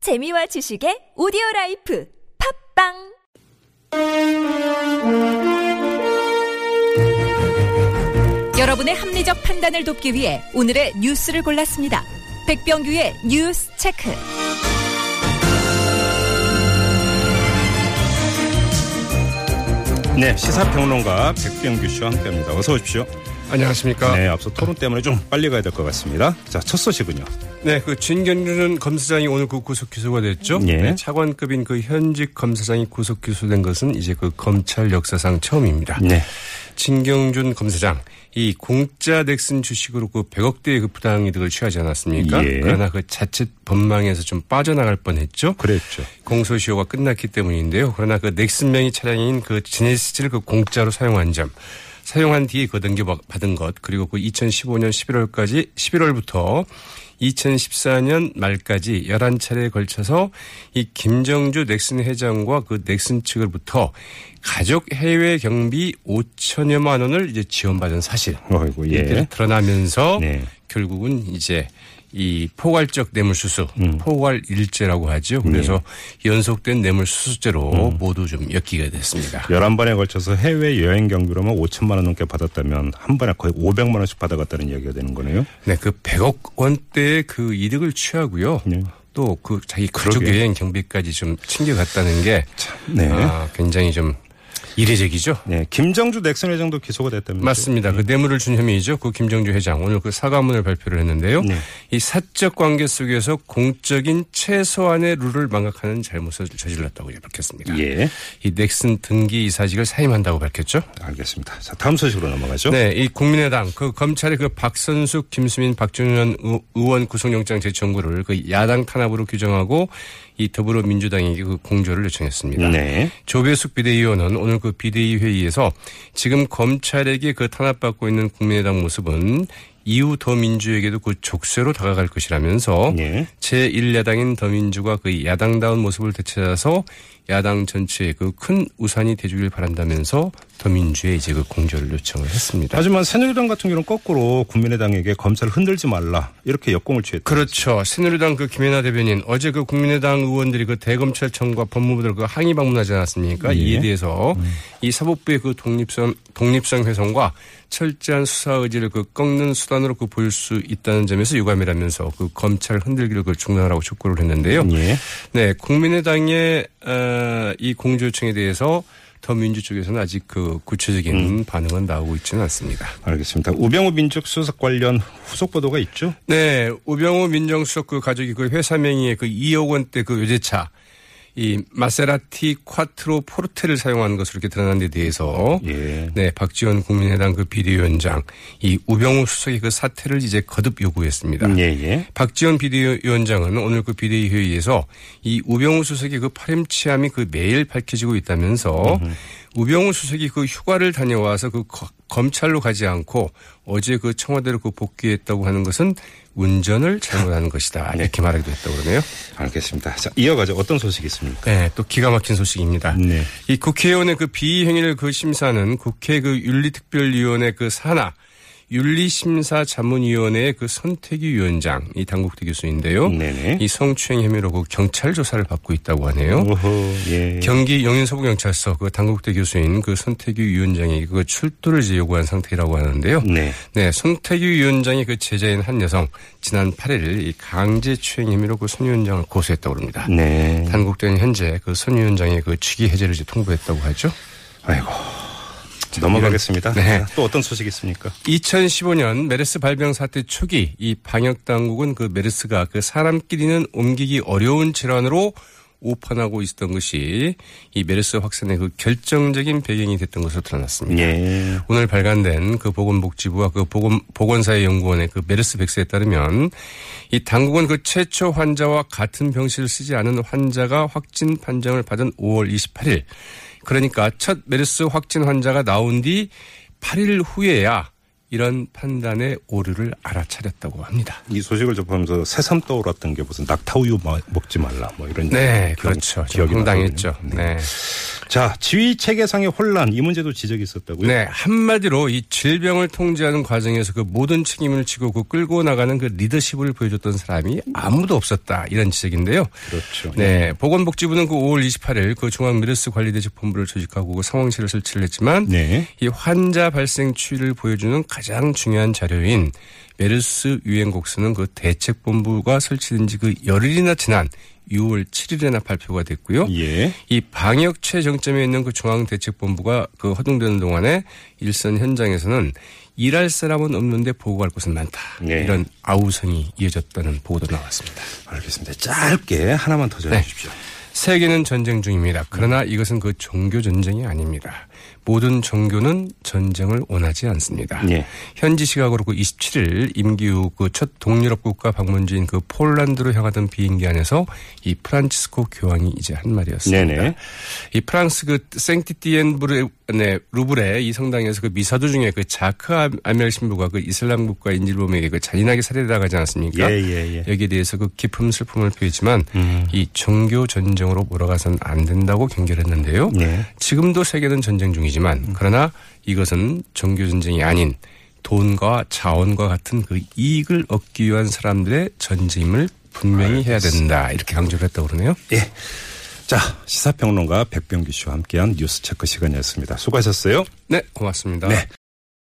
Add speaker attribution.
Speaker 1: 재미와 지식의 오디오 라이프 팝빵
Speaker 2: 여러분의 합리적 판단을 돕기 위해 오늘의 뉴스를 골랐습니다. 백병규의 뉴스 체크.
Speaker 3: 네, 시사평론가 백병규 씨와 함께합니다. 어서 오십시오.
Speaker 4: 안녕하십니까.
Speaker 3: 네, 앞서 토론 때문에 좀 빨리 가야 될 것 같습니다. 자, 첫 소식은요.
Speaker 4: 네, 그 진견준 검사장이 오늘 그 구속 기소가 됐죠.
Speaker 3: 예.
Speaker 4: 네, 차관급인 그 현직 검사장이 구속 기소된 것은 이제 그 검찰 역사상 처음입니다.
Speaker 3: 네,
Speaker 4: 진경준 검사장 이 공짜 넥슨 주식으로 그 100억 대의 그 부당 이득을 취하지 않았습니까?
Speaker 3: 예.
Speaker 4: 그러나 그 자칫 법망에서 좀 빠져나갈 뻔했죠.
Speaker 3: 그랬죠.
Speaker 4: 공소시효가 끝났기 때문인데요. 그러나 그 넥슨 명의 차량인 그 제네시스를 그 공짜로 사용한 점, 사용한 뒤에 그 넘겨받은 것, 그리고 그 2015년 11월까지 11월부터 2014년 말까지 11차례에 걸쳐서 이 김정주 넥슨 회장과 그 넥슨 측으로부터 가족 해외 경비 5천여만 원을 이제 지원받은 사실.
Speaker 3: 어이구,
Speaker 4: 이렇게
Speaker 3: 예.
Speaker 4: 드러나면서
Speaker 3: 네.
Speaker 4: 결국은 이제 이 포괄적 뇌물수수,
Speaker 3: 음.
Speaker 4: 포괄 일죄라고 하죠.
Speaker 3: 네.
Speaker 4: 그래서 연속된 뇌물수수죄로
Speaker 3: 음.
Speaker 4: 모두 좀 엮이게 됐습니다.
Speaker 3: 11번에 걸쳐서 해외 여행 경비로만 5천만 원 넘게 받았다면 한 번에 거의 500만 원씩 받아갔다는 이야기가 되는 거네요.
Speaker 4: 네, 그 100억 원대의 그 이득을 취하고요.
Speaker 3: 네.
Speaker 4: 또 그 자기 가족
Speaker 3: 그러게요.
Speaker 4: 여행 경비까지 좀 챙겨갔다는 게
Speaker 3: 네.
Speaker 4: 아, 굉장히 좀 이례적이죠.
Speaker 3: 네, 김정주 넥슨 회장도 기소가 됐다면서요.
Speaker 4: 맞습니다. 그 뇌물을 준 혐의이죠. 그 김정주 회장 오늘 그 사과문을 발표를 했는데요.
Speaker 3: 네.
Speaker 4: 이 사적 관계 속에서 공적인 최소한의 룰을 망각하는 잘못을 저질렀다고 이제 밝혔습니다.
Speaker 3: 예,
Speaker 4: 이 넥슨 등기 이사직을 사임한다고 밝혔죠.
Speaker 3: 알겠습니다. 자, 다음 소식으로 넘어가죠.
Speaker 4: 네, 이 국민의당 그 검찰의 그 박선숙, 김수민, 박준현 의- 의원 구속영장 재청구를 그 야당 탄압으로 규정하고 이 더불어민주당에게 그 공조를 요청했습니다.
Speaker 3: 네.
Speaker 4: 조배숙 비대위원은 오늘 그 비대위 회의에서 지금 검찰에게 그 탄압받고 있는 국민의당 모습은 이후 더민주에게도 그 족쇄로 다가갈 것이라면서
Speaker 3: 예.
Speaker 4: 제1야당인 더민주가 그 야당다운 모습을 되찾아서 야당 전체에 그 큰 우산이 되주길 바란다면서 더민주에 이제 그 공조를 요청을 했습니다.
Speaker 3: 하지만 새누리당 같은 경우는 거꾸로 국민의당에게 검찰을 흔들지 말라 이렇게 역공을 취했다.
Speaker 4: 그렇죠. 새누리당 그 김혜나 대변인 어제 그 국민의당 의원들이 그 대검찰청과 법무부들 그 항의 방문하지 않았습니까?
Speaker 3: 예.
Speaker 4: 이에 대해서 이 사법부의 그 독립성 독립성 훼손과 철저한 수사 의지를 그 꺾는 수단으로 그 보일 수 있다는 점에서 유감이라면서 그 검찰 흔들기를 그 중단하라고 촉구를 했는데요.
Speaker 3: 예.
Speaker 4: 네, 국민의당의 어, 이 공조 요청에 대해서 더민주 쪽에서는 아직 그 구체적인
Speaker 3: 음.
Speaker 4: 반응은 나오고 있지는 않습니다.
Speaker 3: 알겠습니다. 우병우 민족수석 관련 후속 보도가 있죠?
Speaker 4: 네, 우병우 민정수석 그 가족이 그 회사 명의의 그 2억 원대 그 요제차 이 마세라티 콰트로 포르테를 사용한 것으로 이렇게 드러난 데 대해서
Speaker 3: 예.
Speaker 4: 네, 박지원 국민의당 그 비대위원장 이 우병우 수석의 그 사퇴를 이제 거듭 요구했습니다.
Speaker 3: 예, 예.
Speaker 4: 박지원 비대위원장은 오늘 그 비대위 회의에서 이 우병우 수석의 그 파렴치함이 그 매일 밝혀지고 있다면서 우병우 수석이 그 휴가를 다녀와서 그 거- 검찰로 가지 않고 어제 그 청와대로 그 복귀했다고 하는 것은 운전을 잘못한 것이다 이렇게 말하기도 했다고 그러네요.
Speaker 3: 알겠습니다. 자, 이어가죠. 어떤 소식이 있습니까?
Speaker 4: 네, 또 기가 막힌 소식입니다.
Speaker 3: 네.
Speaker 4: 이 국회의원의 그 비행위를 그 심사는 국회 그 윤리특별위원회 그 산하 윤리심사자문위원회의 그 선택위 위원장 이 당국대 교수인데요.
Speaker 3: 네네.
Speaker 4: 이 성추행 혐의로 그 경찰 조사를 받고 있다고 하네요.
Speaker 3: 오호, 예.
Speaker 4: 경기 용인서부경찰서 그 당국대 교수인 그 선택위 위원장이 그 출두를 이제 요구한 상태라고 하는데요.
Speaker 3: 네.
Speaker 4: 네, 손태규 위원장이 그 제자인 한 여성 지난 8일 이 강제추행 혐의로 그 손 위원장을 고소했다고 합니다.
Speaker 3: 네.
Speaker 4: 한국대는 현재 그 손 위원장의 그 직위 해제를 이제 통보했다고 하죠.
Speaker 3: 아이고. 자, 넘어가겠습니다.
Speaker 4: 네.
Speaker 3: 자, 또 어떤 소식이 있습니까?
Speaker 4: 2015년 메르스 발병 사태 초기 이 방역 당국은 그 메르스가 그 사람끼리는 옮기기 어려운 질환으로 오판하고 있었던 것이 이 메르스 확산의 그 결정적인 배경이 됐던 것으로 드러났습니다.
Speaker 3: 예.
Speaker 4: 오늘 발간된 그 보건복지부와 그 보건, 보건사회 연구원의 그 메르스 백스에 따르면 이 당국은 그 최초 환자와 같은 병실을 쓰지 않은 환자가 확진 판정을 받은 5월 28일 그러니까 첫 메르스 확진 환자가 나온 뒤 8일 후에야 이런 판단의 오류를 알아차렸다고 합니다.
Speaker 3: 이 소식을 접하면서 새삼 떠올랐던 게 무슨 낙타우유 마- 먹지 말라 뭐 이런
Speaker 4: 네,
Speaker 3: 기억-
Speaker 4: 그렇죠. 좀
Speaker 3: 기억이
Speaker 4: 황당했죠.
Speaker 3: 나거든요.
Speaker 4: 네.
Speaker 3: 자, 지휘 체계상의 혼란 이 문제도 지적이 있었다고요?
Speaker 4: 네, 한마디로 이 질병을 통제하는 과정에서 그 모든 책임을 지고 그 끌고 나가는 그 리더십을 보여줬던 사람이 아무도 없었다 이런 지적인데요.
Speaker 3: 그렇죠.
Speaker 4: 네, 보건복지부는 그 5월 28일 그 중앙메르스관리대책 본부를 조직하고 그 상황실을 설치를 했지만
Speaker 3: 네.
Speaker 4: 이 환자 발생 추이를 보여주는 가장 중요한 자료인 메르스 유행 곡수는 그 대책 본부가 설치된 지 그 열흘이나 지난 6월 7일에나 발표가 됐고요.
Speaker 3: 예.
Speaker 4: 이 방역 최정점에 있는 그 중앙대책본부가 그 허둥대는 동안에 일선 현장에서는 일할 사람은 없는데 보고할 곳은 많다.
Speaker 3: 네.
Speaker 4: 이런 아우성이 이어졌다는 보고도 나왔습니다.
Speaker 3: 알겠습니다. 짧게 하나만 더 전해 주십시오.
Speaker 4: 세계는 전쟁 중입니다. 그러나 이것은 그 종교 전쟁이 아닙니다. 모든 종교는 전쟁을 원하지 않습니다.
Speaker 3: 예.
Speaker 4: 현지 시각으로 그 27일 임기후 그 첫 동유럽 국가 방문지인 그 폴란드로 향하던 비행기 안에서 이 프란치스코 교황이 이제 한 말이었습니다.
Speaker 3: 네네.
Speaker 4: 이 프랑스 그 생티티엔브르 네, 루브레 이 성당에서 그 미사 도중에 그 자크 아멜 신부가 그 이슬람 국가 인질범에게 그 잔인하게 살해당하지 않았습니까?
Speaker 3: 예, 예, 예.
Speaker 4: 여기에 대해서 그 깊은 슬픔을 표했지만 이 종교 전쟁으로 몰아가선 안 된다고 경결했는데요.
Speaker 3: 네.
Speaker 4: 지금도 세계는 전쟁 중이지만 그러나 이것은 종교 전쟁이 아닌 돈과 자원과 같은 그 이익을 얻기 위한 사람들의 전쟁임을 분명히 해야 된다 이렇게 강조를 했다고 그러네요.
Speaker 3: 예. 자, 시사평론가 백병규 씨와 함께한 뉴스 체크 시간이었습니다. 수고하셨어요.
Speaker 4: 네, 고맙습니다.
Speaker 3: 네.